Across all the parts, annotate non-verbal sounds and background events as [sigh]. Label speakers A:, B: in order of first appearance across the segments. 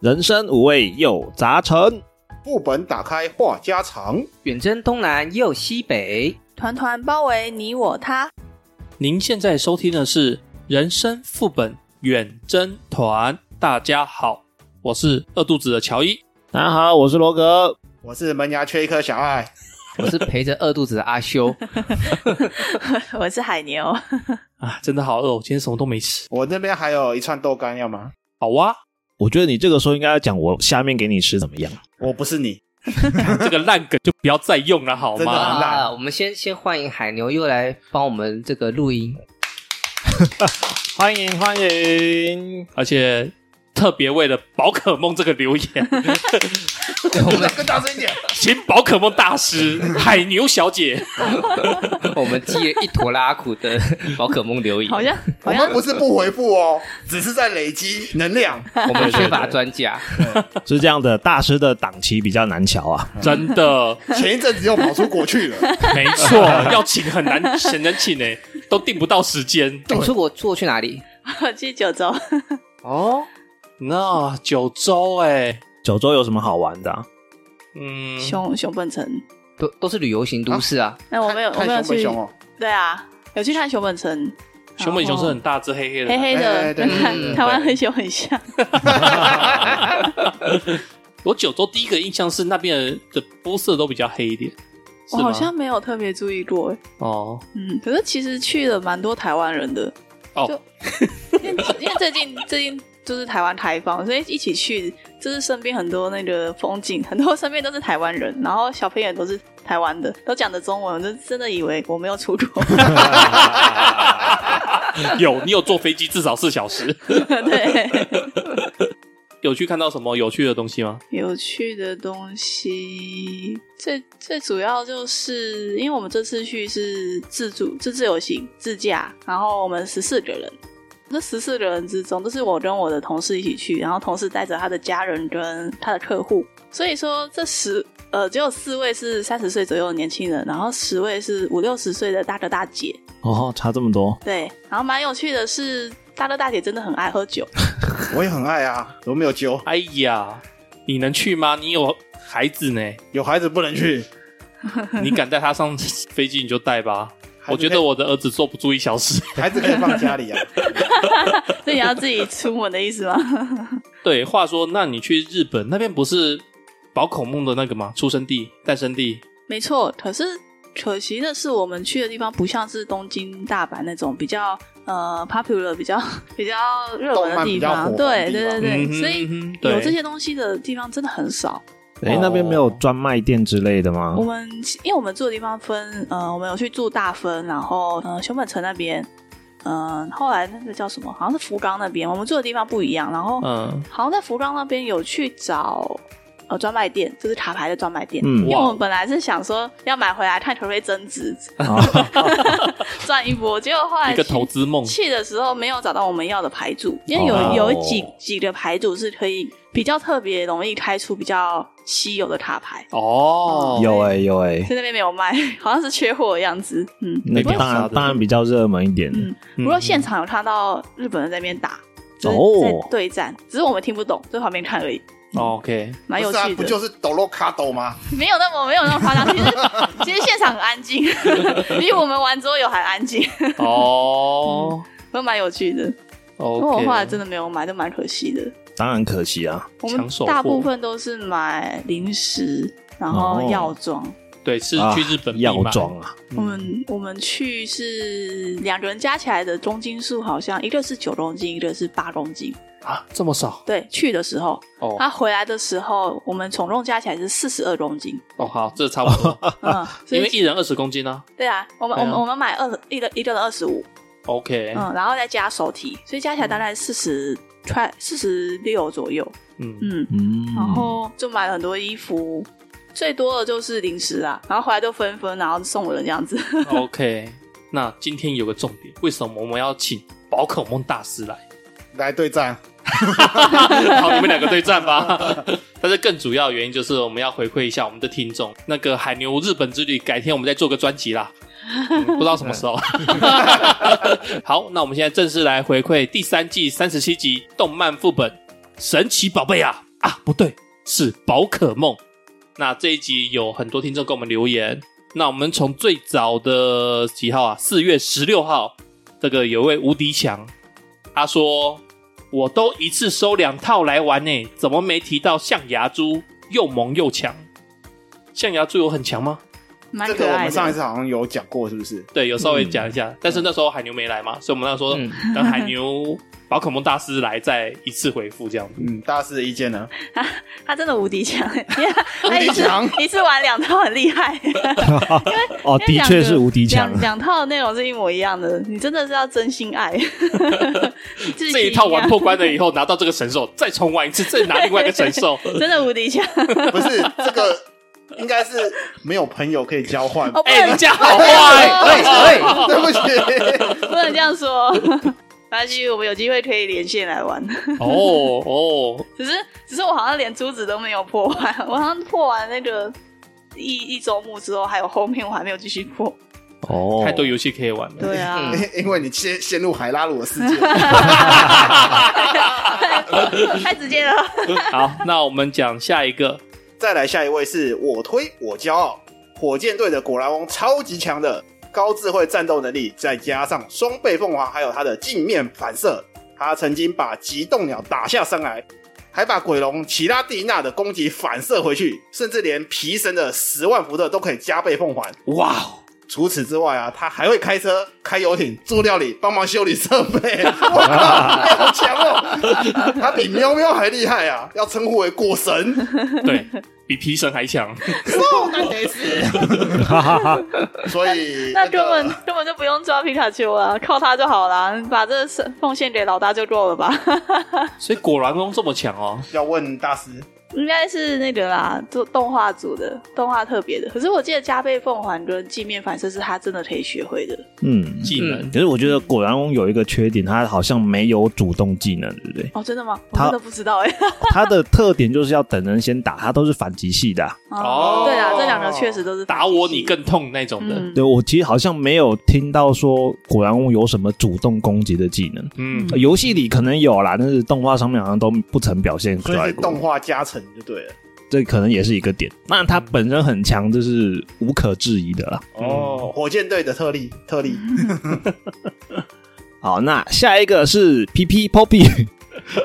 A: 人生五味又杂陈。
B: 副本打开话家常，
C: 远征东南又西北，
D: 团团包围你我他。 [laughs]
E: 您现在收听的是《人生副本远征团》，大家好，我是饿肚子的乔伊。
A: 大家好，我是罗格。
B: 我是门牙缺一颗小爱。
C: 我是陪着饿肚子的阿修。
D: 我是海牛，
E: 啊，真的好饿、哦，我今天什么都没吃。
B: 我那边还有一串豆干，要吗？
E: 好啊哇，
A: 我觉得你这个时候应该要讲我下面给你吃怎么样？
B: 我不是你，
E: [laughs] 这个烂梗就不要再用了，好
B: 真的
E: 吗？
B: 很烂
C: 啊，我们先先欢迎海牛又来帮我们这个录音，
A: 欢迎欢迎，
E: 而且特别为了宝可梦这个留言，
C: 我们
B: 更大声一点。
E: 请宝可梦大师海牛小姐，
C: [laughs] 我们寄了一坨拉苦的宝可梦留言，
D: [laughs]
B: [laughs]
D: 好像
B: 我
D: 好像
B: 们不是不回复哦，只是在累积能
D: [laughs]
B: 量。
C: 我们缺乏专 [laughs] 家，
A: 是这样的，大师的档期比较难瞧啊。
E: 真的
B: 前一阵子又跑出国去了，
E: 没错，要请很难很难请呢、都定不到时间。
C: 你出国出国去哪里？
D: 我去九州，
C: 哦，
E: 那九州哎、
A: 九州有什么好玩的、啊？
E: 嗯，
D: 熊熊本城。
C: 都都是旅游型都市啊，
D: 哎那我没有， [laughs] 我
B: 看
D: 没有
B: 看熊
D: 去
B: 本。熊哦，
D: 对啊，有去看熊本城，
E: 熊本熊是很大只黑黑的，
D: 黑黑
B: 哎哎
D: 的，
B: 对
D: 跟
C: 嗯
D: 看 [laughs] 台湾黑熊很像。
E: 我九州第一个印象是那边的肤色都比较黑一点，是
D: 我
E: 吗
D: 好像没有特别注意过，哎
E: 哦
D: 嗯，可是其实去了蛮多台湾人的，
E: 哦
D: 就因为因为最近 [laughs] 最近就是台湾开放，所以一起去，就是身边很多那个风景，很多身边都是台湾人，然后小朋友也都是台湾的，都讲的中文，我就真的以为我没有出国。 [laughs]
E: 有你有坐飞机至少四小时，
D: 对，
E: 有去看到什么有趣的东西吗？
D: 有趣的东西，最最主要就是因为我们这次去是自助、自自由行、自驾，然后我们十四个人。这十四个人之中，都是我跟我的同事一起去，然后同事带着他的家人跟他的客户，所以说这十呃只有四位是三十岁左右的年轻人，然后十位是五六十岁的大哥大姐，
A: 哦，差这么多，
D: 对，然后蛮有趣的是大哥大姐真的很爱喝酒，
B: 我也很爱啊，我没有揪，
E: 哎呀，你能去吗？你有孩子
D: [laughs]
E: 呢，
B: 有孩子不能去。
E: 你敢带他上飞机你就带吧。
B: 孩子
E: 我觉
B: 可
E: 得我的儿子坐不住一小时， [laughs]
B: 以孩子可以放家里啊，
D: 所以你要自己出门的意思吗？
E: 对，话说，那你去日本那边不是宝可梦的那个吗？出生地、诞生地？
D: 没错，可是可惜的是，我们去的地方不像是东京、大阪那种比较呃 popular、比较比较热门
B: 动漫
D: 的地方。
B: 比较火红的
D: 对
B: 地
D: 对
B: 方
D: 对对，
E: 嗯哼
D: 所以
E: 嗯哼对
D: 有这些东西的地方真的很少。
A: 哎、那边没有专卖店之类的吗
D: 我？们因为我们住的地方分呃，我们有去住大分，然后呃熊本城那边，嗯、后来那个叫什么，好像是福冈那边，我们住的地方不一样。然后、
E: 嗯，
D: 好像在福冈那边有去找。呃，专卖店就是卡牌的专卖店，
A: 嗯
D: 因为
E: 哇
D: 我们本来是想说要买回来看可不可以增值，
A: 啊，
D: [laughs] 赚一波，结果后来
E: 哦一个
D: 去
E: 投资梦。
D: 去的时候没有找到我们要的牌组，因为有、
A: 哦
D: 有几几个牌组是可以比较特别容易开出比较稀有的卡牌，
E: 哦，
A: 有哎、有哎、
D: 在那边没欸有卖，好像是缺货的样子。嗯，
A: 那
E: 没
A: 当
E: 办法
A: 然
E: 的
A: 当然比较热门一点。
D: 嗯不过现场有看到日本人在那边打，就是
A: 哦
D: 在对战，只是我们听不懂，在旁边看而已，
E: 哦 OK，
D: [laughs] 蛮有
B: 不是啊
D: 趣
B: 不
D: 的。
B: 就是抖落卡抖吗？
D: 没有那么没有那么夸张，其实其实现场很安静， [laughs] 比我们玩桌游还安静，
E: 哦
D: 都蛮有趣的。不过我
E: ，OK，啊
D: 后来真的没有买，都蛮可惜的。
A: 当然可惜啊，
D: 我
E: 抢
D: 们
E: 手货
D: 大部分都是买零食，然后
A: 哦
D: 药妆。
E: 对，是
A: 啊
E: 去日本嗯必买
A: 药妆啊，
D: 我们我们去是两个人加起来的公斤数，好像一个是九公斤，一个是八公斤。
E: 啊，这么少
D: 对，去的时候，
E: 哦
D: 他、回来的时候，我们总共加起来是四十二公斤。
E: 哦，好，这差不多，
D: 嗯， [laughs] 所
E: 啊因为
D: 以
E: 一人二十公斤啊。
D: 对啊，我们、我
E: 对
D: 们
E: 啊哎
D: 我们买二一个一个人二十五，
E: OK，
D: 嗯，然后再加手提，所以加起来大概四十快四十六左右。
E: 嗯，
D: 嗯，
A: 嗯，
D: 然后就买了很多衣服，最多的就是零食啦，然后回来就分分，然后送人这样子。
E: OK，那今天有个重点，为什么我们要请宝可梦大师来？
B: 来对战，
E: 好，你们两个对战吧。 [laughs] 但是更主要的原因就是我们要回馈一下我们的听众。那个海牛日本之旅，改天我们再做个专辑啦，嗯不知道什么时候。 [laughs] 好，那我们现在正式来回馈第三季三十七集动漫副本《神奇宝贝》啊！啊，不对，是宝可梦。那这一集有很多听众给我们留言，那我们从最早的几号啊，四月十六号，这个有一位无敌强，他说我都一次收两套来玩呢，怎么没提到象牙猪又萌又强？象牙猪有很强吗？
D: 蛮
B: 这
D: 可
B: 个我
D: 爱
B: 们上一
D: 的。
B: 次好像有讲过，是不是？
E: 对，有稍微讲一下，但是那时候海牛没来嘛，所以我们那时候
C: 嗯
E: 等海牛宝可梦大师来再一次回复这样子。
B: 嗯，大师的意见呢？
D: 他真的无敌强，欸因为他他
B: 敌
D: 一次
B: 强
D: 一次玩两套很厉害。
A: [laughs] 哦，
D: 因为
A: 的
D: 两个
A: 确是无敌强
D: 两。两套的内容是一模一样的，你真的是要真心爱。 [laughs] 自己
E: 这一套玩破关了以后，拿到这个神兽，再重玩一次，再拿另外一个神兽。
D: 一样，真的无敌强。
B: 不是这个，应该是没有朋友可以交换。
D: 哦，不
E: 哎、
D: 能
E: 人家好坏，
B: 哎哎，对不起，
D: 不能这样说。 [laughs] 没关系，我们有机会可以连线来玩。
E: 哦哦，
D: 只是只是我好像连珠子都没有破完，我好像破完那个一一周目之后，还有后面我还没有继续破。
A: 哦
E: 太多游戏可以玩了。
D: 对
E: [laughs]
D: 啊，
B: 因为你陷陷入海拉鲁的世
D: [laughs]
B: 界。
D: 太直接了。
E: 好，那我们讲下一个，
B: 再来下一位是我推我骄傲，火箭队的果篮翁超级强的，高智慧战斗能力，再加上双倍凤凰，还有他的镜面反射，他曾经把极冻鸟打下山来，还把鬼龙奇拉蒂娜的攻击反射回去，甚至连皮神的十万伏特都可以加倍奉还。
E: 哇哦，
B: 除此之外啊，他还会开车、开游艇、做料理、帮忙修理设备， [laughs] 哇，好强哦！他比喵喵还厉害啊，要称呼为果神。
E: 对比皮神还强。
B: 哦，那得死。所 [laughs] 以
D: 那
B: 个
D: 根 [laughs] 本根本就不用抓皮卡丘啊，靠它就好啦，把这是奉献给老大就够了吧？ [laughs]
E: 所以果然翁这么强哦，
B: 要问大师，
D: 应该是那个啦，做动画组的动画特别的。可是我记得加倍凤凰跟镜面反射是他真的可以学会的。
A: [laughs] 嗯，
E: 技能
A: 可是我觉得果然翁有一个缺点，他好像没有主动技能，对不对
D: [laughs] ？哦，真的吗？我
A: 他
D: 真的不知道哎、
A: 他的特点就是要等人先打，他都是反击系的啊、
E: [laughs] 哦
D: 对啊，这两个确实都是
E: 打我你更痛那种的。
D: 嗯
A: 对我其实好像没有听到说果然翁有什么主动攻击的技能，
E: 嗯，
A: 呃游戏里可能有啦，但是动画上面好像都不曾表现出
B: 所以
A: 来
B: 是动
A: 过。
B: 画加成就对了。
A: 这可能也是一个点。那他本身很强，这是无可置疑的啦。
B: 哦，火箭队的特例，特 [laughs] 例，
A: 好，那下一个是 P P
B: [laughs]
A: Poppy。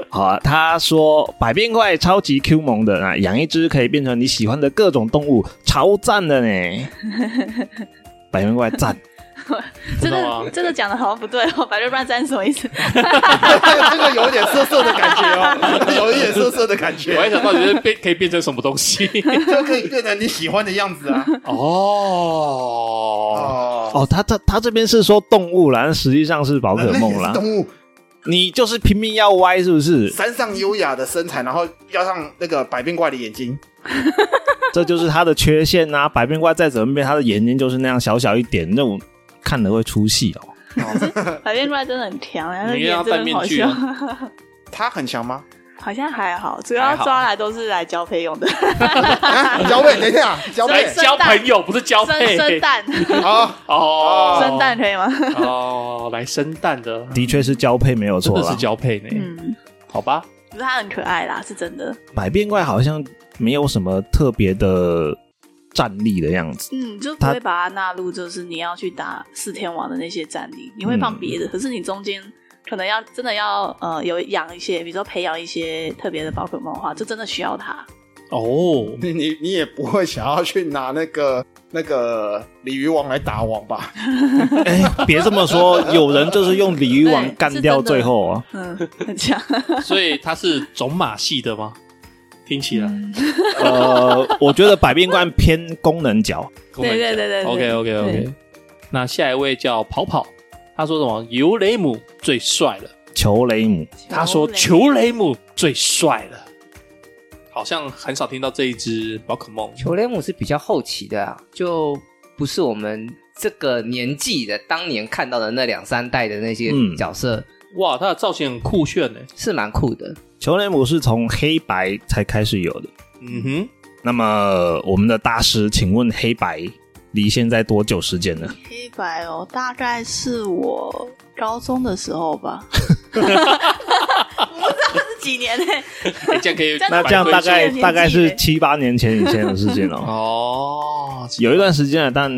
A: 好、啊，他说百变怪超级 Q 萌的啊，养一只可以变成你喜欢的各种动物，超赞的呢。
B: [laughs]
A: 百变怪赞，
D: 真
E: 知道吗
D: 的真的讲的好像不对哦，百瑞半三什么意思？
B: 这个有一点涩涩的感觉 [laughs] 哦，有一点涩涩的感
E: 我
B: 觉，
E: 还想到底是变可以变成什么
D: [laughs]
E: 东西
B: 就可以变成你喜欢的样子啊。
E: 哦。
B: 哦，
A: 哦，他他他这边是说动物啦，但实际上是宝可梦
B: 那也是
A: 啦。
B: 动物
A: 你就是拼命要歪，是不
B: [laughs]
A: 是？
B: 山上优雅的身材，然后加上那个百变怪的眼睛，
A: 这就是它的缺陷啊！百变怪再怎么变，它的眼睛就是那样小小一点，那种看了会出戏哦。
D: 百变怪真的很啊
E: [laughs]
D: 强，然后
E: 你要
D: 脸
E: 戴
D: 真的
E: 面
D: 好
E: 具
D: 笑
E: 啊，
B: 他很强
C: [laughs]
B: 吗？
D: [laughs] 好像还好，主
E: 还
D: 要
E: 好
D: 抓来都是来交配
E: [laughs]
D: 用的，
B: 啊，交配，等一下，交
D: 哎
E: 来
B: 配，
E: 交朋友不是交
D: 生
E: 配
D: 生蛋，
B: 好，
E: [laughs] 哦，
D: 生蛋可以吗？
E: 哦，来生蛋的，
A: 的确是交配没有
E: 真
A: 错
E: 的是
A: 啦。
E: 交配呢。
D: 嗯，
E: 好吧，
D: 可是它很可爱啦，是真的。
A: 百变怪好像没有什么特别的战力的样
D: [laughs]
A: 子，
D: 嗯，就不
A: 它
D: 会把它纳入，就是你要去打四天王的那些战力，你会放别
E: 嗯
D: 的，可是你中间可能要真的要呃有养一些，比如说培养一些特别的宝可梦的话，就真的需要它。
E: 哦，
B: 你你你也不会想要去拿那个那个鲤鱼王来打王吧？
A: 哎，别这么说，有人就是用鲤鱼王
D: 对
A: 干掉最后啊，
D: 嗯，很
E: [laughs]
D: 强。
E: 所以它是种马系的吗？听起来，
D: 嗯
A: 呃，我觉得百变怪偏功能角，
D: [laughs] 对对对对对
E: OK OK OK
D: 对。
E: 那下一位叫跑跑，他说什么？尤雷姆最帅了。
A: 裘雷姆
E: 他说裘雷姆最帅了。好像很少听到这一只宝可梦，
C: 球雷姆是比较后期的啊，就不是我们这个年纪的当年看到的那两三代的那些
A: 嗯
C: 角色，
E: 哇，它的造型很酷炫欸呢。
C: 是蛮酷的。
A: 裘雷姆是从黑白才开始有的。
E: 嗯哼，
A: 那么我们的大师，请问黑白离现在多久时间
D: [laughs]
A: 呢？
D: 黑白哦，大概 [laughs] 是我高中的时候吧。不知道是几年呢、
E: 哎这样可
D: [laughs]
E: 以
D: 真
A: 那
D: 的
A: 这样大概
D: 蛮推荐的
A: 大概
D: 年
A: 是
D: 纪
A: 七八年前以前的事
D: [laughs]
A: 情了，
E: 哦，
A: 有一段时间了，啊但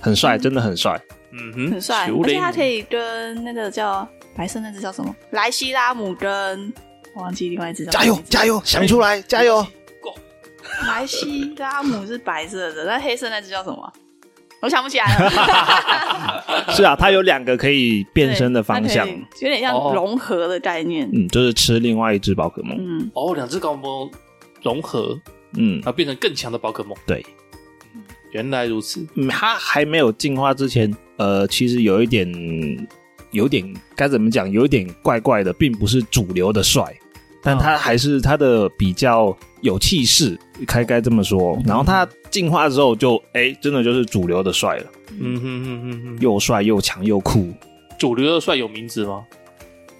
A: 很帅，真的很帅。
E: 嗯哼，
D: 很帅，
E: 球
D: 而且
E: 类
D: 他可以跟那个叫白色那只叫什么莱西拉姆跟我忘记另外一只叫什么
A: 加油
D: 名字
A: 加油，想出来，加油！
D: 莱西拉姆是白色的，那黑色那只叫什么啊？我想不起来
A: [laughs]
D: 了。
A: 是啊，他有两个可以变身的方向
D: 对，它嗯可以有点像
E: 哦
D: 融合的概念。
A: 嗯，就是吃另外一只宝可梦，
D: 嗯，
E: 哦，两只宝可梦融合，
A: 嗯
E: 然后变成更强的宝可梦。
A: 对
E: 嗯，原来如此。
A: 嗯，它还没有进化之前，呃，其实有一点，有点该怎么讲，有一点怪怪的，并不是主流的帅，但它还是它的比较有气势，该该这么说。然后它进化之后就，哎，真的就是主流的帅了，
E: 嗯哼哼哼哼，有
A: 又帅又强又酷，
E: 主流的帅有名字吗？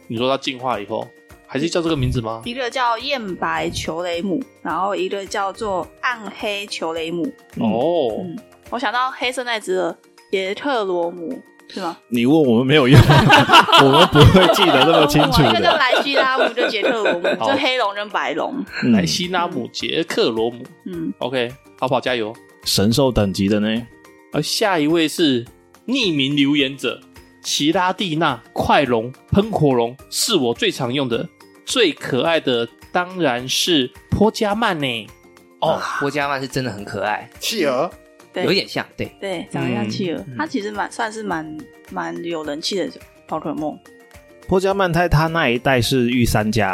E: 你说它进化以后，还是叫这个名字吗？
D: 一个叫艳白球雷姆，然后一个叫做暗黑球雷姆。
E: 哦，
D: 嗯我想到黑色那只了，杰特罗姆是吗？
A: 你问我们没 [laughs] 有用，我们不会记得那么清楚
D: 哦一个叫
A: 的。
D: 莱西拉姆，就杰特罗姆，
E: 好
D: 就黑龙跟白龙。
A: 嗯
E: 莱西拉姆、杰克罗姆。
D: 嗯，
E: OK，好跑加油。
A: 神兽等级的呢？
E: 而下一位是匿名留言者奇拉蒂娜快龙喷火龙，是我最常用的、最可爱的，当然是坡加曼呢。
C: 哦，波加曼是真的很可爱，
B: 企鹅
D: 对
C: 有点像，对，
D: 对，长得像企鹅
E: 嗯，
D: 它其实蛮算是蛮蛮有人气的宝可梦
A: 波加曼泰他那一代是御三家，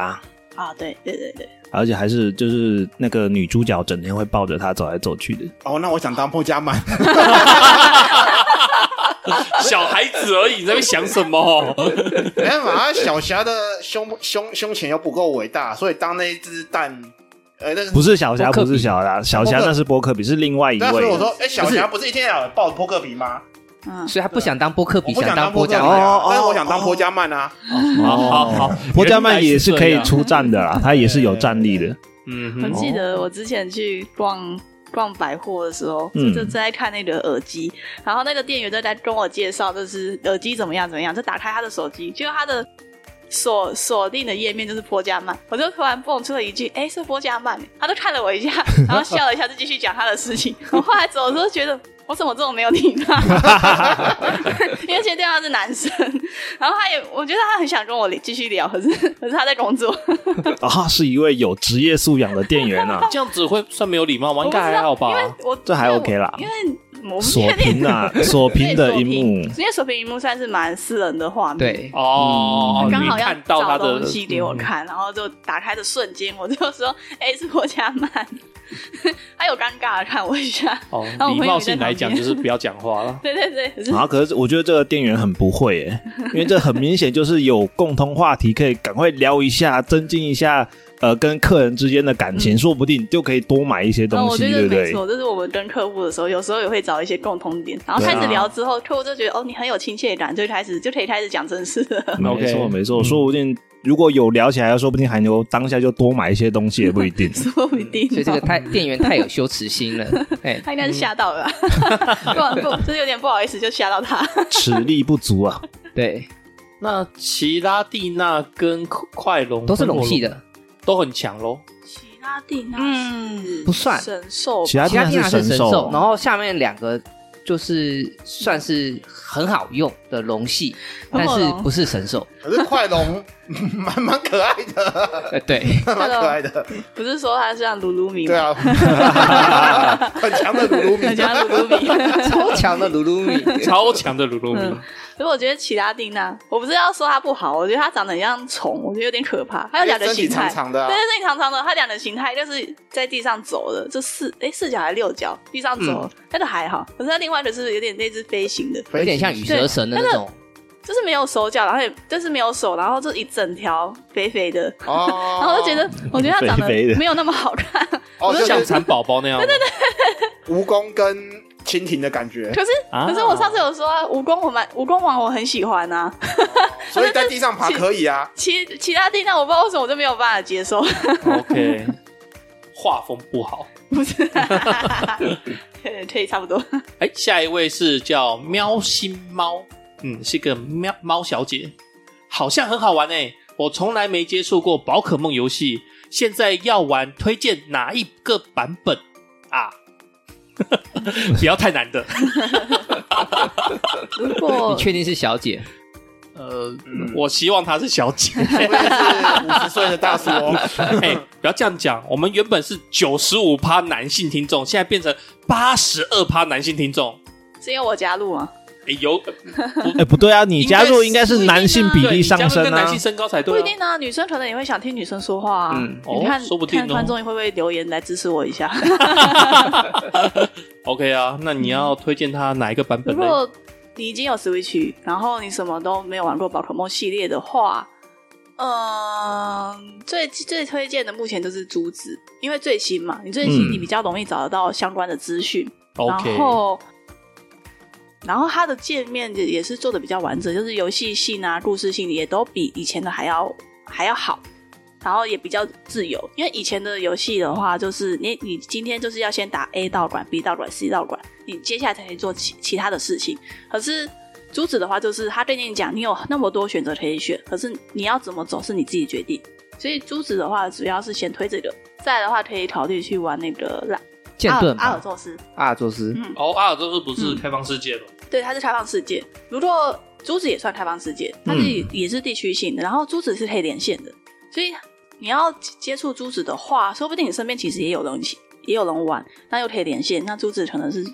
D: 啊。对对对对，
A: 而且还是就是那个女主角整天会抱着他走来走去的。
D: 嗯
B: 哦，那我想当破加曼，
E: [laughs]
B: [laughs]
E: 小孩子而已，你在那边
A: [laughs]
E: 想什
A: 哦
E: 么？
B: 没办法，他小霞的胸胸胸前又不够伟大，所以当那一只蛋，呃，那个
A: 不是小霞，
C: 波克
A: 不
C: 比
A: 是小霞，小霞那是波克比，是另外一
B: 那所以我
A: 位。
B: 说，哎、小霞不是一天到晚抱着扑克皮吗？
D: 嗯，
C: 所以他不想当波克比，
B: 我不想
C: 当
B: 波
C: 波
B: 克
C: 加
B: 比
C: 曼。
B: 啊
A: 哦，
B: 但是我想当波加曼啊。
E: 好好好，
A: 波加曼也是可以
E: 原来这样。
A: 出战的
D: [laughs]
A: 啦，他也是有战力的。
E: 嗯
D: 我
E: 哼，，
D: 记得
A: 哦
D: 我之前去逛逛百货的时候，
A: 嗯
D: 就就在看那个耳机，然后那个店员就在跟我介绍，就是耳机怎么样怎么样，就打开他的手机，结果他的锁锁定的页面就是波加曼，我就突然蹦出了一句：“哎、是波加曼。”他就看
A: [laughs]
D: 了我一下，然后笑了一下，就继续讲他的事情。我后来走的时候觉得。我怎么这么没有礼
A: [laughs]
D: 貌？因为现在对方是男生，然后他也，我觉得他很想跟我继续聊，可是可是他在工作，
A: 啊，是一位有职业素养的店员啊
E: 这样子会算没有礼貌吗？应该还好吧
D: 因。为我
A: 这还 OK 啦
D: 因为我不
A: 锁
D: 确定
A: 屏啊，锁屏的
D: [laughs] 对
A: 一幕
D: 锁屏因为锁屏荧幕算是蛮私人的画面，，
C: 对，
E: 哦，
A: 嗯
D: 刚好
E: 你
D: 要
E: 看到
D: 找
E: 他的
D: 东西给我。看，然后就打开的瞬间，我就说：“哎，是我家曼。” [laughs] 他有尴尬的看我一下， [laughs]
E: 哦
D: 那，我
E: 礼
D: 朋友
E: 貌
D: 也在
E: 性
D: 旁
E: 来讲
D: 边
E: 就是不要讲话了。
D: 对对对，可 [laughs] 是
A: 啊。可是我觉得这个店员很不会耶，因为这很明显就是有共同话题，可以赶快聊一下，增进一下呃跟客人之间的感情，说不定就可以多买一些
D: 嗯
A: 东
D: 我
A: 西，
D: 觉
A: 对不
D: 得没
A: 对？
D: 错，就是我们跟客户的时候，有时候也会找一些共同点，然后
A: 对啊
D: 开始聊之后，客户就觉得哦，你很有亲切感，就开始就可以开始讲正事 [laughs]
A: [laughs]
D: 了。
A: 没
E: OK
A: 错没错，
E: 嗯
A: 说不定如果有聊起来，说不定海牛当下就多买一些东西也不一定。
D: 说不定哦，
C: 所以这个太店员太有羞耻心了，哎，
D: 他应
A: 嗯
D: 该是吓到了吧， [laughs] 不不，就是有点不好意思，就吓到他。
A: 齿力不足啊，
C: 对，
E: 那奇拉蒂娜跟快龙
C: 都是龙系的，
E: 都很强喽。
D: 奇拉蒂娜
C: 嗯不算
D: 神兽吧，
A: 其他
C: 其他
A: 地
C: 地
A: 方
C: 方是神
A: 兽
C: 兽，，然后下面两个就是算是很好用的龙系，
D: 喷
C: 但
D: 火龙
C: 是不是神兽，
B: 可是快
C: [laughs]
B: 龙蛮蛮可爱的，
C: 呃，对，
B: 蛮可爱的。
D: 啊不是说它像鲁鲁米
B: 对 [laughs]
D: 吗？
B: 啊，很强的鲁鲁米
D: 很。像鲁鲁米。 [laughs]
C: 超强的鲁鲁米，
E: 超强的鲁鲁米，
D: 嗯所以我觉得奇拉蒂娜，我不是要说它不好，我觉得它长得很像虫，我觉得有点可怕。它有两个
B: 身体
D: 形态，
B: 长长的啊
D: 对，身体长长的，它两个形态就是在地上走的，就四哎四脚还是六脚，地上走、
B: 嗯
D: 那个还好，可是它另外一个是有点类似飞行的，
C: 有点像羽蛇神的那种，
D: 就是没有手脚，然后也就是没有手，然后就一整条肥肥的。
B: [laughs] 哦，
D: 然后就觉得，我觉得它长得
A: 肥肥的
D: 没有那么好看，
B: 哦，就
E: 像
B: 是
E: 蚕宝宝那样。对对对
B: 蜈蚣跟蜻蜓的感觉，
D: 可是
E: 啊
D: 可是我上次有说啊蜈蚣，我蛮蜈蚣王我很喜欢啊，
B: 所以在地上爬可以啊。
D: 其其他地方我不知道为什么我就没有办法接受， [laughs]
E: ，OK，画风不好。
D: 不是？ [laughs] 对可以差不多。
E: 哎，下一位是叫喵星猫，嗯，是个喵猫小姐，好像很好玩哎、我从来没接触过宝可梦游戏，现在要玩，推荐哪一个版本啊？ [laughs] 不要太难的，
D: 如果 [laughs]
C: 你确定是小姐？
E: 呃，我希望她是小姐。
B: 嗯我也是五十岁的大叔哦。 [laughs]
E: 哎、不要这样讲，我们原本是九十五趴男性听众，现在变成八十二趴男性听众。
D: 只有我加入啊吗？
E: 哎、有
A: 哎、不对啊，你加入应该是男性比
E: 对
A: 例
E: 你加
A: 上
E: 入
A: 升
E: 跟男
A: 啊
E: 性。身高才对、啊，
D: 不一定啊，女生可能也会想听女生说话啊。
C: 嗯
E: 哦
D: 你看，
E: 说不定哦
D: 看观众会不会留言来支持我一下？
E: OK 啊，那你要推荐他哪一个版
D: [laughs]
E: 本
D: 如
E: 呢？
D: 果你已经有 Switch，然后你什么都没有玩过宝可梦系列的话，嗯、最最推荐的目前就是竹子，因为最新嘛，你最新
A: 嗯
D: 你比较容易找得到相关的资讯。
E: OK，
D: 然后，然后它的界面也也是做的比较完整，就是游戏性啊、故事性也都比以前的还要还要好，然后也比较自由。因为以前的游戏的话，就是你你今天就是要先打 A 道馆、B 道馆、C 道馆，你接下来才能做其其他的事情。可是珠子的话，就是他对你讲，你有那么多选择可以选，可是你要怎么走是你自己决定。所以珠子的话，主要是先推这个，再来的话可以考虑去玩那个拉
C: 剑
D: 阿尔
C: 盾
D: 阿尔
C: 吧，
D: 宙斯。
C: 阿尔宙斯
D: 嗯
E: 哦，阿尔宙斯不是
D: 嗯
E: 开放世界吗？
D: 对，它是开放世界。如果珠子也算开放世界，它是、
A: 嗯
D: 也是地区性的，然后珠子是可以连线的，所以你要接触珠子的话，说不定你身边其实也有人一起，也有人玩，那又可以连线，那珠子可能是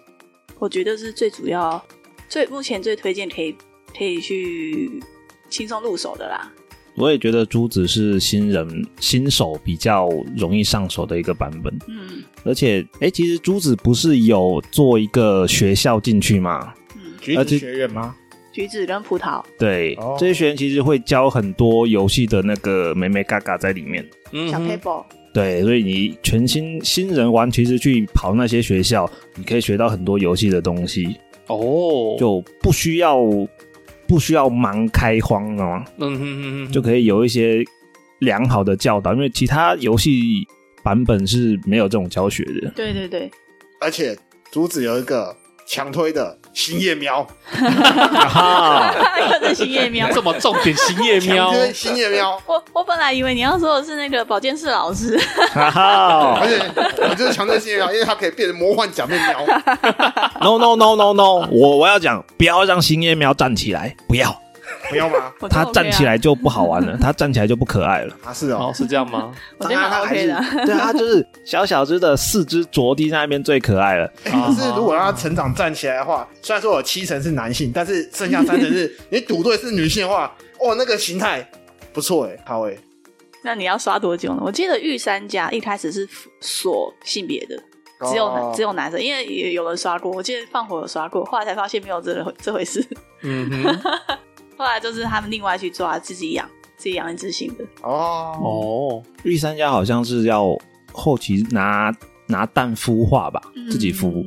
D: 我觉得是最主要、最目前最推荐可以可以去轻松入手的啦。
A: 我也觉得珠子是新人新手比较容易上手的一个版本，
D: 嗯
A: 而且哎、其实珠子不是有做一个学校进去吗？
D: 嗯，
B: 橘
A: 而
B: 子
A: 且
B: 学院吗？
D: 橘子跟葡萄，
A: 对，
B: 哦
A: 这些学员其实会教很多游戏的那个美美嘎嘎在里面。
E: 嗯
D: 小
E: 哼
D: paper，
A: 对，所以你全新新人玩，其实去跑那些学校，你可以学到很多游戏的东西，
E: 哦，
A: 就不需要不需要盲开荒了嘛，
E: 嗯哼哼哼，
A: 就可以有一些良好的教导，因为其他游戏版本是没有这种教学的。
D: 对
A: [laughs]
D: 对对，
B: 而且竹子有一个强推的新叶喵，
A: [laughs] 哈，
D: 又是新叶喵。
E: 这么重点新叶喵
B: 强，推新叶 [laughs] 喵。
D: 我我本来以为你要说的是那个保健室老师，
A: 哈
B: 而
A: 啊哈
B: 且我就是强推新叶喵，因为它可以变成魔幻假面 [laughs] 喵。
A: ，no no no no no，我我要讲，不要让新叶喵站起来，不要，
B: 不要吗？
D: 我觉得
A: 它
D: OK 啊
A: 站起，来就不好
D: [laughs]
A: 玩了，它站起来就不可爱了。
B: 啊，是哦
E: 哦，，是这样吗？
D: 我觉得蛮
B: 它还
D: OK
B: 是
D: 的。
A: 对，它就是小小只的四肢着地在那边最可爱了。
B: 欸可是如果让他成长站起来的话，虽然说有七成是男性，但是剩下三成是你赌对是女性的话，哦，那个形态不错哎，好哎，
D: 那你要刷多久呢？我记得御三家一开始是锁性别的，只有男、
B: 哦
D: 只有男生，因为也有人刷过，我记得放火有刷过，后来才发现没有这回这回事。 [laughs]
E: 嗯
A: [laughs]
E: 哼，
D: 后来就是他们另外去抓自己养自己养一只新的，
B: 哦，
E: 哦，
A: 御三家好像是要后期拿拿蛋孵化吧，
D: 嗯
A: 自己孵，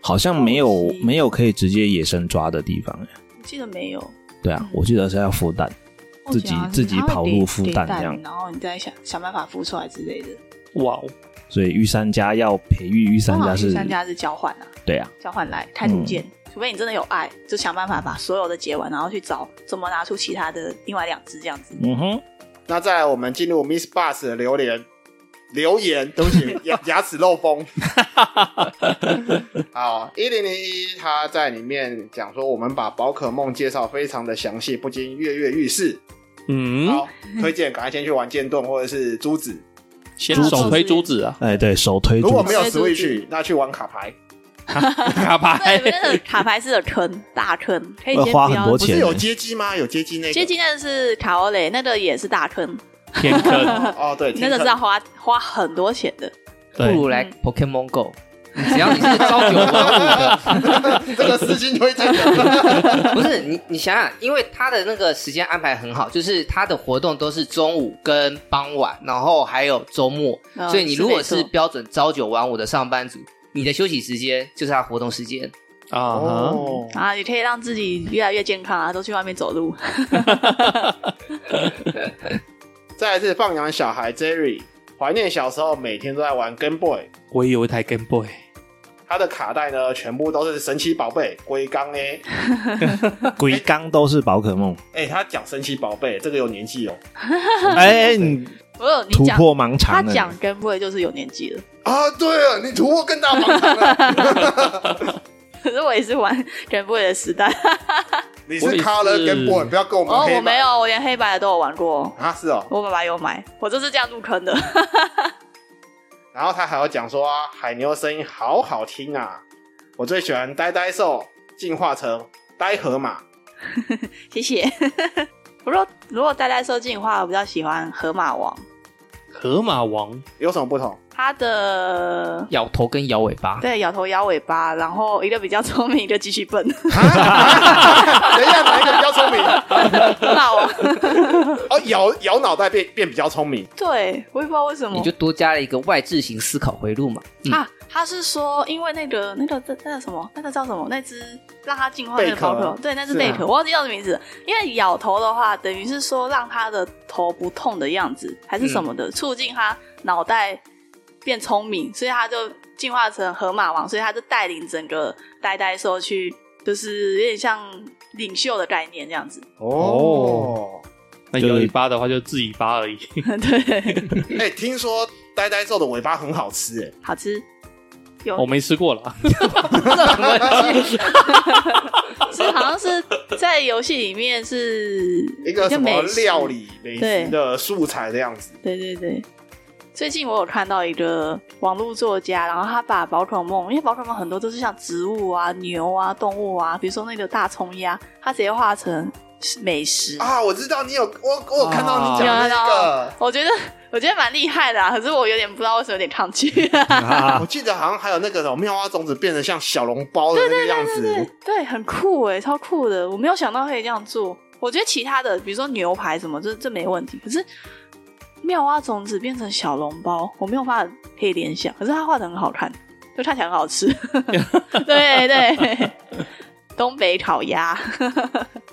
A: 好像没有
D: 后期
A: 没有可以直接野生抓的地方。
D: 我记得没有
A: 对啊
D: 嗯，哦
A: 我记得是要孵蛋。自己
D: 我想
A: 自己
D: 它会
A: 跑入
D: 叠
A: 孵
D: 叠
A: 蛋
D: 蛋欸
A: 这样
D: 然后你再想想办法孵出来之类的。
E: 哇哦，
A: 所以御三家要培育御三
D: 通
A: 家
D: 常
A: 是
D: 哦御，三家是交换啊，
A: 对啊，
D: 交换来看图鉴。除非你真的有爱，就想办法把所有的结完，然后去找怎么拿出其他的另外两只这样子。
A: 嗯哼，
B: 那再来我们进入 Miss Bus 的留言，留言，对不起，牙牙齿漏风。 [laughs] 好，一零零一他在里面讲说，我们把宝可梦介绍非常的详细，不禁跃跃欲试。
E: 嗯，
B: 好，推荐赶快先去玩剑盾或者是珠子，
E: 先
A: 珠子
E: 手推珠子
D: [laughs]
E: 啊，
A: 哎，对手推
B: 如果
A: 主
B: 没有
D: 哎珠子
B: Switch，那去玩卡牌。
E: 卡牌
D: [laughs] 对，那个卡牌式的坑，大坑，可以
A: 会
D: 先
A: 花
D: 不
A: 很
D: 要
A: 多
B: 不是
A: 钱
B: 有街机吗？有街机那个
D: 接近那个是卡欧蕾，那个也是大坑，
E: [laughs] 天坑，
B: 哦，对，
D: 那个是要花花很多钱的。
C: 不
E: 对，
C: 如来 Pokemon Go，只要你是朝九晚五的。
B: [laughs] 这个私心推荐的。
D: [laughs]
C: 不是你，你想想，因为他的那个时间安排很好，就是他的活动都是中午跟傍晚，然后还有周末，
D: 嗯
C: 所以你如果
D: 是没
C: 是
D: 错
C: 标准朝九晚五的上班族，你的休息时间就是他活动时间。
E: 啊哈，
B: 哦，
D: 啊，也可以让自己越来越健康啊，都去外面走路。 [laughs]
B: 再来是放养小孩 Jerry，怀念小时候每天都在玩 Game Boy，
E: 我也有一台 Game Boy，
B: 它的卡带呢全部都是神奇宝贝龟缸呢。
A: 鬼刚都是宝可
D: [laughs]
A: 梦，
B: 哎、他讲神奇宝贝，这个有年纪哦。
A: 哎、你
D: 我有你
A: 突
D: 讲，
A: 破盲
D: 他
A: 肠了。
D: 讲跟不会就是有年纪了。 [laughs]
B: 啊，对了，你突破更大盲肠 [laughs] 了。
D: 可是我也是玩跟不会的时代。
B: 你
E: 我也
B: 是
E: 是
B: Color Game Boy，不要跟我们
D: 哦，
B: 黑
D: [laughs] 我没
B: 白
D: 有，我连黑白的都有玩过。
B: 啊，是哦。
D: 我爸爸有买，我就是这样入坑的。 [laughs]
B: 然后他还要讲说啊，海牛声音好好听啊，我最喜欢呆呆兽进化成呆河马。
D: 谢谢。 [laughs] 不过如果呆呆兽进的话，我比较喜欢河马王，
E: 河马王
B: 有什么不同？
D: 它的
C: 摇头跟摇尾巴，
D: [laughs] 对摇头摇尾巴，然后一个比较聪明，一个继续笨。 [laughs]
B: 等一下，哪一个比较聪明？
D: 河马王，
B: [laughs] 哦，摇摇脑袋变变比较聪明。
D: 对我也不知道为什么
C: 你就多加了一个外置型思考回路嘛。嗯
D: 哦啊。他是说，因为那个、那个、那那个什么、那个叫什么，那只让它进化那
B: 贝
D: 个
B: 壳
D: 宝可，对，那只
B: 是啊
D: 贝壳，我忘记叫什么名字。因为咬头的话，等于是说让它的头不痛的样子，还是什么
B: 嗯
D: 的，促进它脑袋变聪明，所以它就进化成河马王，所以它就带领整个呆呆兽去，就是有点像领袖的概念这样子。 [laughs]
A: 哦，
E: 那
A: 对
E: 有尾巴的话就自己巴而已。
B: [laughs]
D: 对，
B: 哎、听说呆呆兽的尾巴很好吃、哎，
D: 好吃。有
E: 我没吃过啦，
D: 是好像是在游戏里面是
B: 一个什么
D: 美食
B: 料理美食的素材的样子。
D: 对对对，最近我有看到一个网络作家，然后他把宝可梦，因为宝可梦很多都是像植物啊、牛啊、动物啊，比如说那个大葱鸭，他直接画成美食。
B: 啊，我知道你有我，我有看到你讲
D: 哦
B: 的那个，
D: 我觉得我觉得蛮厉害的、啊，可是我有点不知道为什么有点抗拒。
B: 我记得好像还有那个什么妙蛙种子变成像小笼包的那个样子。
D: 对，很酷哎，超酷的！我没有想到可以这样做。我觉得其他的，比如说牛排什么，这这没问题。可是妙蛙种子变成小笼包，我没有办法可以联想。可是它画的很好看，就看起来很好吃。 [laughs] 对对， [laughs] 东北烤鸭，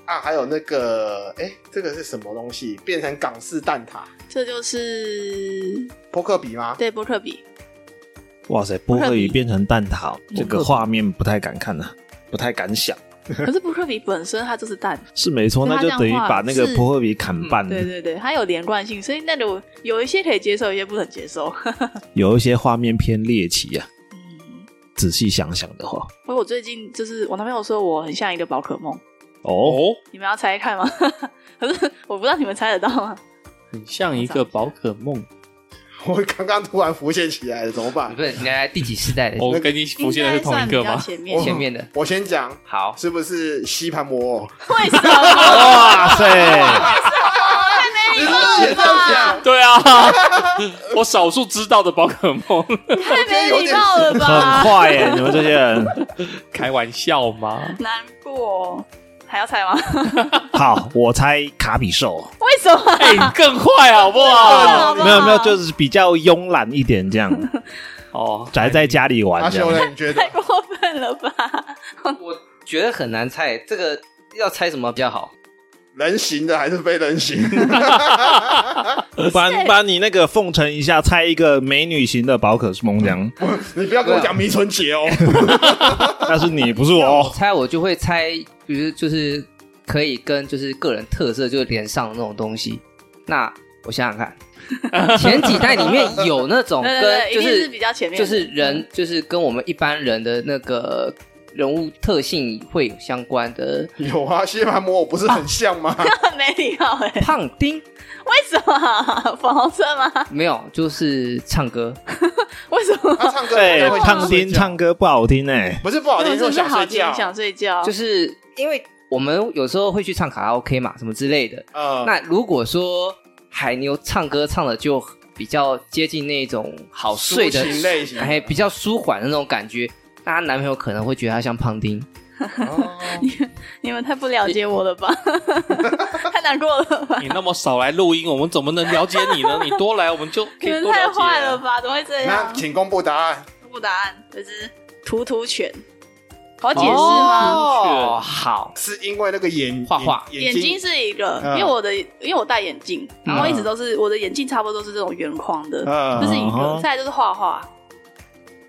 B: 啊，还有那个，哎、这个是什么东西？变成港式蛋挞，
D: 这就是
B: 扑克笔吗？ [laughs]
D: 对波克比。
A: 哇塞，波克鱼
D: 比
A: 变成蛋挞，这
C: 波
A: 个
C: 克比
A: 画面不太敢看啊，不太敢想。
D: 可是波克比本身它就是蛋，
A: 是没错，那
D: 所以他
A: 就
D: 这样
A: 等于
D: 画
A: 把那个
D: 是嗯
A: 波克比砍半。
D: 对对对，它有连贯性，所以那种有一些可以接受，有一些不能接受。 [laughs]
A: 有一些画面偏猎奇啊，
D: 嗯，
A: 仔细想想的话，
D: 所以我最近就是我男朋友说我很像一个宝可梦。
A: 哦，
E: 哦，
D: 你们要猜看吗？ [laughs] 可是我不知道你们猜得到吗？
E: 很像一个宝可梦。
B: 我刚刚突然浮现起来了，怎么办
C: 不？是，嗯你来第几世代的？
E: 哦我跟你浮现的是同一
D: 应该算比
E: 个
D: 较
E: 吗？
D: 前 [laughs] 面，
C: 前面的
B: 我先讲，
C: 好，
B: 是不是吸盘魔偶？
D: 为什么？
A: 哇
D: [laughs]
A: 塞，
B: 你是不是 [laughs] 也这样讲？
E: 对啊， [laughs] 我少数知道的宝可梦，
D: 太没礼貌了
A: 很
D: 吧？
A: 快耶！你们这些人，
E: 开玩笑嘛。
D: 难过，还要猜吗？
A: 好，我猜卡比兽，
D: [laughs] 为什 [laughs] 么？
E: 哎，你更坏好不好？
D: 好不好
A: 没有没有，
D: [laughs]
A: 就是比较慵懒一点，这样
E: 哦，
A: 宅在家里
B: 阿
A: 玩这
B: 修
A: 样。
B: 呢？你觉得？
D: 过分了 [laughs] 吧？
C: 我觉得很难猜，这个要猜什么比较好？
B: 人形的还是非人形？
A: 把把你那个奉承一下，猜一个美女型的宝可梦这
D: [laughs]
A: 样。
B: [laughs] 你不要跟我讲迷春节哦。
A: 但是你不是
C: 我
A: 我，哦
C: 猜我就会猜，比如就是可以跟就是个人特色就是连上的那种东西。那我想想看，
D: [laughs]
C: 前几代里面有那种
D: 对对
C: 跟
D: 对，
C: 哦就
D: 一定
C: 是
D: 是比较前面
C: 就
D: 的，
C: 是人就是跟我们一般人的那个人物特性会有相关的
B: [laughs] 有啊，吸盘魔偶不是很像
D: [laughs]
B: 吗？
D: 很 [laughs] 没礼貌哎。
C: 胖丁，
D: 为什么 [laughs] 粉红色吗？
C: 没有就是唱歌，
D: 为什么？
B: 他唱歌
A: 对，
B: 会
A: 胖丁唱歌不好听哎，
B: 不是不好听，
D: 真
B: 是
D: 是
B: 想
D: 好
B: 睡
D: 听
B: 觉。
D: 想睡觉，
C: 就是因为我们有时候会去唱卡拉 OK 嘛，什么之类的。
B: 呃，
C: 那如果说海牛唱歌唱的就比较接近那种好睡的
B: 抒情类型
C: 哎，比较舒缓的那种感觉，那她男朋友可能会觉得她像胖丁。
B: 哦
D: 你们太不了解我了吧？ [laughs] 太难过了吧？
E: 你那么少来录音，我们怎么能了解你呢？你多来，我们就可
D: 你
E: 以
D: 们
E: 多
D: 太
E: 了解
D: 坏了
E: 啊。
D: 吧？怎么会这
B: 那
D: 样？
B: 请公布答案。
D: 公布答案，这只图图犬，好解
C: 解
D: 释吗？
C: 哦，好，
B: 是因为那个眼
C: 画画
B: 眼
D: 眼睛是一个，
B: 嗯
D: 因为我的因为我戴眼镜，然后一直都是我的眼镜差不多都是这种圆框的，
B: 嗯
D: 这是一
A: 嗯
D: 个。
A: 哼
D: 再来就是画画，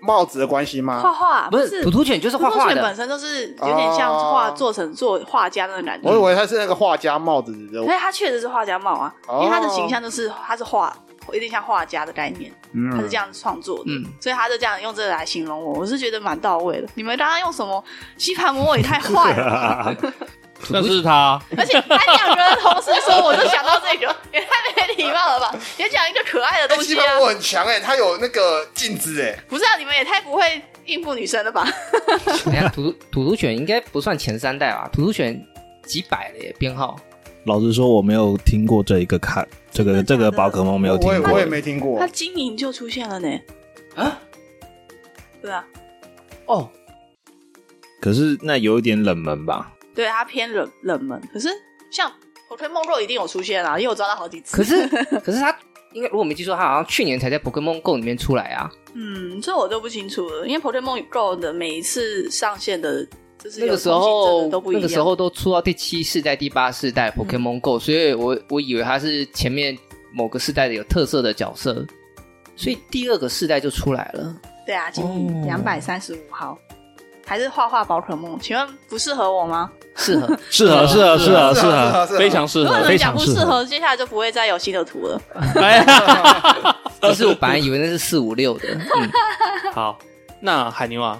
B: 帽子的关系
D: 画
B: 吗？
D: 画
C: 不
D: 啊是
C: 是土土犬，就是画画
D: 土土犬本
C: 的，
D: 身就是有点像画做成做画家那种感觉。
B: 我以为他是那个画家帽子的，
D: 所以他确实是画家帽啊，
B: 哦
D: 因为他的形象就是他是画，有点像画家的概念，
B: 嗯
D: 他是这样创作的，
C: 嗯
D: 所以他就这样用这个来形容我，我是觉得蛮到位的。你们刚刚用什么吸盘魔也太坏了吧，
E: 那是他，
D: [laughs] 而且他两个人同时说，我就想到这个，也太没礼貌了吧？也讲一个可爱的
B: 哎
D: 东
B: 西
D: 西
B: 班
D: 啊
B: 牙，我很强哎，他有那个镜子哎，
D: 不是啊？你们也太不会应付女生了吧？
C: 等一下哎土土土犬应该不算前三代吧？土土犬几百了耶，编号
A: 老实说，我没有听过这一个卡，这个这
D: 真的假
A: 个
D: 的
A: 宝可梦没有听
B: 我也
A: 过。
B: 我也没听过
D: [laughs] 他，经营就出现了呢，
C: 啊？
D: 对啊，
C: 哦，
A: 可是那有一点冷门吧？
D: 对他偏冷冷门，可是像。我推梦肉一定有出现啊，因为我抓到好几次。
C: 可
D: [laughs]
C: 是可是它应该如果没记错，它好像去年才在 Pokemon Go 里面出来啊。
D: 嗯，这我就不清楚了，因为 Pokemon Go 的每一次上线的，就是有
C: 那个时
D: 通行证
C: 候
D: 的都不一
C: 那
D: 样。嗯
C: 个时候都出到第七世代、第八世代 Pokemon Go，、所以我我以为它是前面某个世代的有特色的角色，所以第二个世代就出来了。
D: 对啊，金银
C: 哦
D: 两百三十五号，还是画画宝可梦？请问不适合我吗？
C: 适
D: [laughs]
C: 合
A: 适合，适合，适合，适合。
B: 啊是啊
E: 非常适
D: 如果
E: 合
D: 你。们
A: 非常
D: 讲不
A: 适合
D: 适合，接下来就不会再有新的图了。
E: 哎呀，
C: 其实我本来以为那是四五六的，嗯，
E: 好，那海牛啊，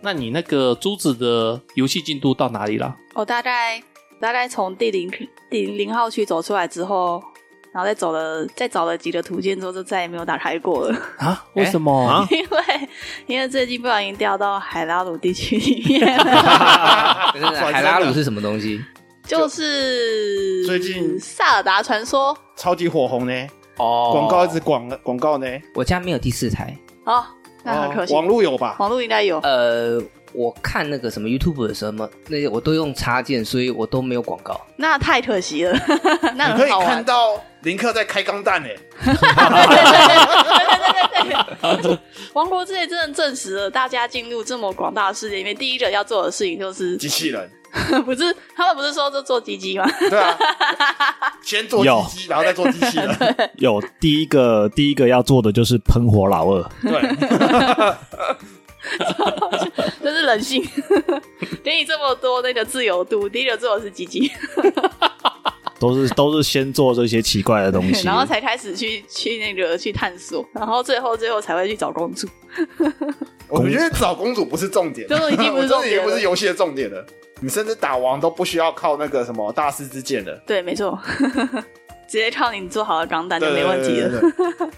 E: 那你那个珠子的游戏进度到哪里了？
D: 我哦大概大概从第零第零号区走出来之后，然后再走了再找了几个图鉴之后，就再也没有打开过了， [laughs]
E: 啊？为什么啊？
D: 因为因为最近不小心掉到海拉鲁地区里面了。
B: [laughs]
C: [laughs] 真的海拉鲁是什么东西？
D: 就是
B: 最近
D: 《萨尔达传说》
B: 超级火红呢，
E: 哦
B: 广告一直广广告呢，
C: 我家没有第四台，
D: 哦，那很可惜，
B: 哦网络有吧？
D: 网络应该有。
C: 呃，我看那个什么 YouTube 的什么那些，我都用插件，所以我都没有广告。
D: 那太可惜了， [laughs] 那
B: 你可
D: 很
B: 以
D: 好玩
B: 看。到林克在开钢弹哎，
D: 对对对对对对对对对。王国之泪真的证实了，大家进入这么广大的世界里面，第一个要做的事情就是 [laughs]
B: 机，器人，
D: 不是他们不是说就做鸡鸡吗？ [laughs]
B: 对啊，先做机器，然后再做机器人，
A: 有第一个，第一个要做的就是喷火老
D: [laughs]
A: 二。
B: 对，
D: 这是人性， [laughs] 给你这么多那个自由度，第一个做的是鸡鸡，
A: 都是都是先做这些奇怪的东西，
D: [laughs] 然后才开始去去那个去探索，然后最后最后才会去找公主。
B: 我觉得找公主不是重点，
D: 这都已经不是重点
B: 我真的已经
D: 了
B: 不是游戏的重点了。你甚至打王都不需要靠那个什么大师之剑了，
D: 对，没错， [laughs] 直接靠你做好的钢弹就没问题了。
B: 对。对对对对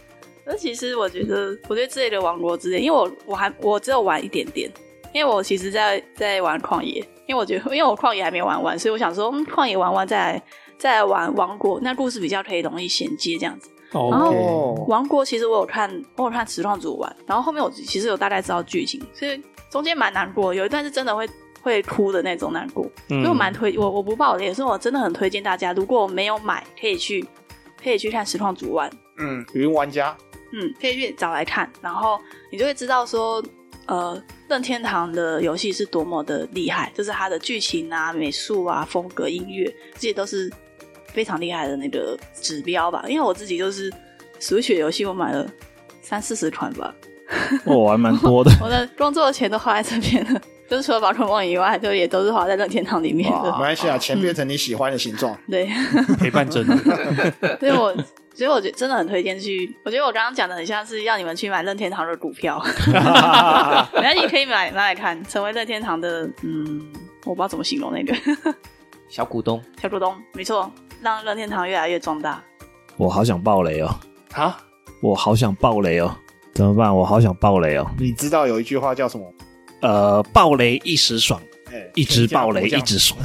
D: 那其实我觉得，我对这类的王国之恋，因为我我还我只有玩一点点，因为我其实在在玩旷野，因为我觉得因为我旷野还没玩完，所以我想说，嗯，旷野玩完再来再来玩王国，那故事比较可以容易衔接这样子。然后
B: 哦，
D: 王国其实我有看，我有看实况组玩，然后后面我其实有大概知道剧情，所以中间蛮难过，有一段是真的会会哭的那种难过。
E: 嗯
D: 所以我蛮推我我不爆雷，所以我真的很推荐大家，如果没有买，可以去可以去看实况组玩，
B: 嗯，云玩家
D: 嗯，可以去找来看，然后你就会知道说，呃，任天堂的游戏是多么的厉害，就是它的剧情啊、美术啊、风格、音乐，这些都是非常厉害的那个指标吧。因为我自己就是 Switch 的游戏，我买了三四十款吧，。
A: 哦我还蛮多的
D: [laughs]
A: [laughs]
D: 我的工作的钱都花在这边了， [laughs] 就是除了宝可梦以外，就也都是花在任天堂里面
B: 马
D: 的，
B: 来西亚啊钱变成你喜欢的形状，
D: 对。
E: 陪
D: [laughs]
E: 伴真
D: 所以我，所以我觉得真的很推荐去。我觉得我刚刚讲的很像是让你们去买任天堂的股票， [laughs] 没关系，可以买买来看，成为任天堂的嗯，我不知道怎么形容那个 [laughs]
C: 小股东，
D: 小股东，没错，让任天堂越来越壮大。
A: 我好想爆雷哦，
E: 啊，
A: 我好想爆雷哦，怎么办？我好想爆雷哦。
B: 你知道有一句话叫什么？
A: 呃，爆雷一时爽，
B: 哎
A: 一直爆雷一
B: 全家火葬
A: 直爽，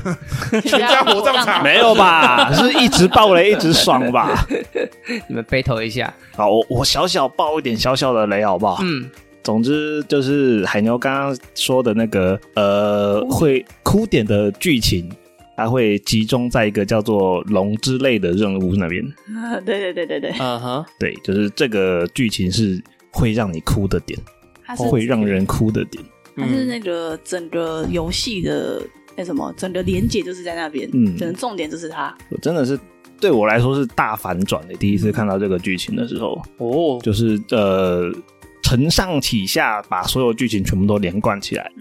D: 全
B: 家火葬场
A: 没有吧？是一直爆雷一直爽吧？
C: 你们 battle 一下。
A: 好，我我小小爆一点小小的雷好不好？
C: 嗯，
A: 总之就是海牛刚刚说的那个呃，会哭点的剧情，它会集中在一个叫做龙之类的任务那边。
D: [laughs] 对对对对对，
E: 嗯哼，
A: 对，就是这个剧情是会让你哭的点，
D: 它是
A: 会让人哭的点。
D: 它是
E: 嗯，
D: 那个整个游戏的那什么，整个连接就是在那边，
A: 嗯
D: 整个重点就是它。
A: 我真的是对我来说是大反转的、第一次看到这个剧情的时候，
E: 哦，
A: 就是呃，承上启下，把所有剧情全部都连贯起来。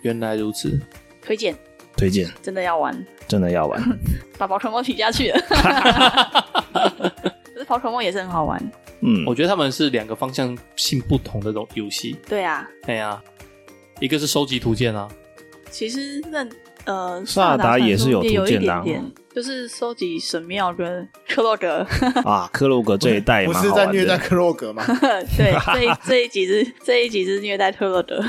E: 原来如此，
D: 推荐
A: 推荐，
D: 真的要玩，
A: 真的要玩。
D: 把宝可梦提
A: [laughs]
D: 下去了。可是宝可梦也是很好玩，
A: 嗯，
B: [laughs]
E: 我觉得他们是两个方向性不同的游游戏。
D: 对啊，
E: 哎呀，一个是收集图鉴啊，
D: 其实那呃，
A: 萨
D: 萨
A: 达
D: 达
A: 也是有
D: 有
A: 图鉴的啊
D: 一点点，就是收集神庙跟克洛格。
A: 啊，克洛格这一代也
B: 不
A: 蛮
B: 是
A: 好
B: 在
A: 玩
B: 虐待
A: 的。
B: 克洛格吗？ [laughs]
D: [laughs] 对，这一这一集是这一集是虐待特洛德。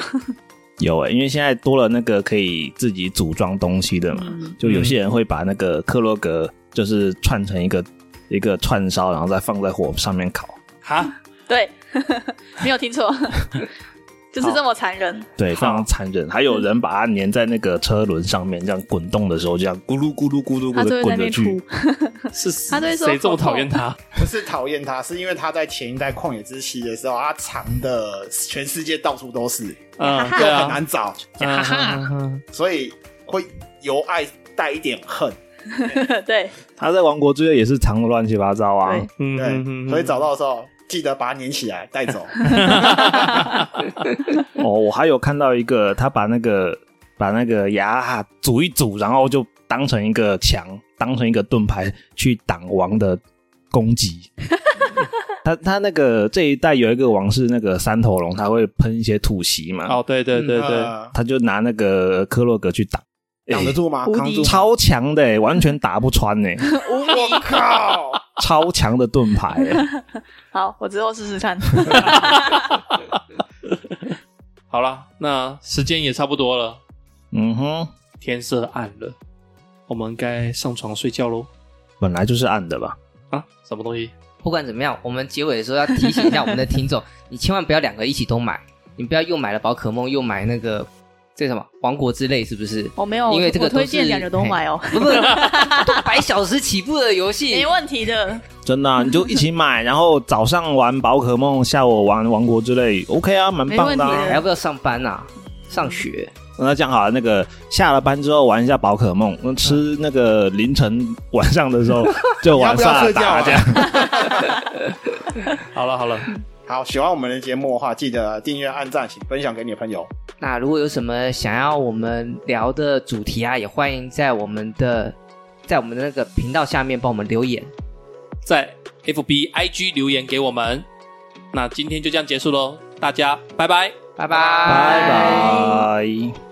A: 有欸诶、因为现在多了那个可以自己组装东西的嘛，
D: 嗯
A: 就有些人会把那个克洛格就是串成一个一个串烧，然后再放在火上面烤。
E: 哈，
D: [laughs] 对，没有听 [laughs] 错，就是这么残忍。
A: 对，非常残忍。还有人把它粘在那个车轮上面，这样滚动的时候，这样咕噜咕噜咕噜
D: 他
A: 咕
D: 就
A: 噜
D: 会在
A: 滚
D: 那
A: 着
D: 边
A: 去
D: 哭。，
E: 是
D: 他就会说
E: 谁这么讨厌他？
B: 不是讨厌他，是因为他在前一代旷野之息的时候，他藏的全世界到处都是，
E: 嗯，
B: 又
E: 对
B: [laughs] 很
E: 啊，
B: 难找，
E: 嗯嗯嗯
B: 所以会由爱带一点恨，
D: [laughs] 对
A: 他在王国之夜也是藏的乱七八糟啊。
D: 对，
E: 嗯嗯嗯
B: 对，所以找到的时候记得把它粘起来带走。
D: [laughs]
A: 哦，我还有看到一个，他把那个把那个牙煮一煮，然后就当成一个墙，当成一个盾牌去挡王的攻
D: [laughs]
A: 击。他他那个这一代有一个王是那个三头龙，他会喷一些吐息嘛，
E: 哦，对 [laughs] 对对对，
B: 呃
A: 他就拿那个科洛格去挡，哎
B: 挡得住吗？
D: 无敌
B: 扛得住吗？
A: 超强的、欸，完全打不穿
D: [laughs]
A: 呢、欸
B: [laughs] 我
E: [laughs]
B: 靠！
A: 超强的盾牌、欸。
D: 好，我之后试试看。
E: 好了，那时间也差不多了，
A: 嗯哼，
E: 天色暗了，我们该上床睡觉喽。
A: 本来就是暗的吧？
E: 啊，什么东西？
C: 不管怎么样，我们结尾的时候要提醒一下我们的听众， [laughs] 你千万不要两个一起都买，你不要又买了宝可梦，又买那个这什么王国之泪，是不是？
D: [laughs] 我没有，
C: 因为这个
D: 我推
C: 都是
D: 荐两个都买哦，
C: [laughs] 不不，都百小时起步的游戏
D: 没，问题的。
A: 真的啊、你就一起买，然后早上玩宝可梦，下午玩王国之泪，OK 啊，蛮棒的、
D: 没问
A: 啊
D: 题。的
C: 还要不要上班啊？上学
A: 那这样好了，那个下了班之后玩一下宝可梦，那吃那个凌晨晚上的时
B: [laughs]
A: 候就玩
B: 你要不要
A: 萨尔
B: 睡觉
A: 达
B: 啊
A: 这样。
E: 好了好了，
B: 好，喜欢我们的节目的话，记得订阅、按赞，请分享给你的朋友。
C: 那如果有什么想要我们聊的主题啊，也欢迎在我们的在我们的那个频道下面帮我们留言。
E: 在 FB、IG 留言给我们。那今天就这样结束喽，大家拜拜。
C: 拜拜
A: 拜拜。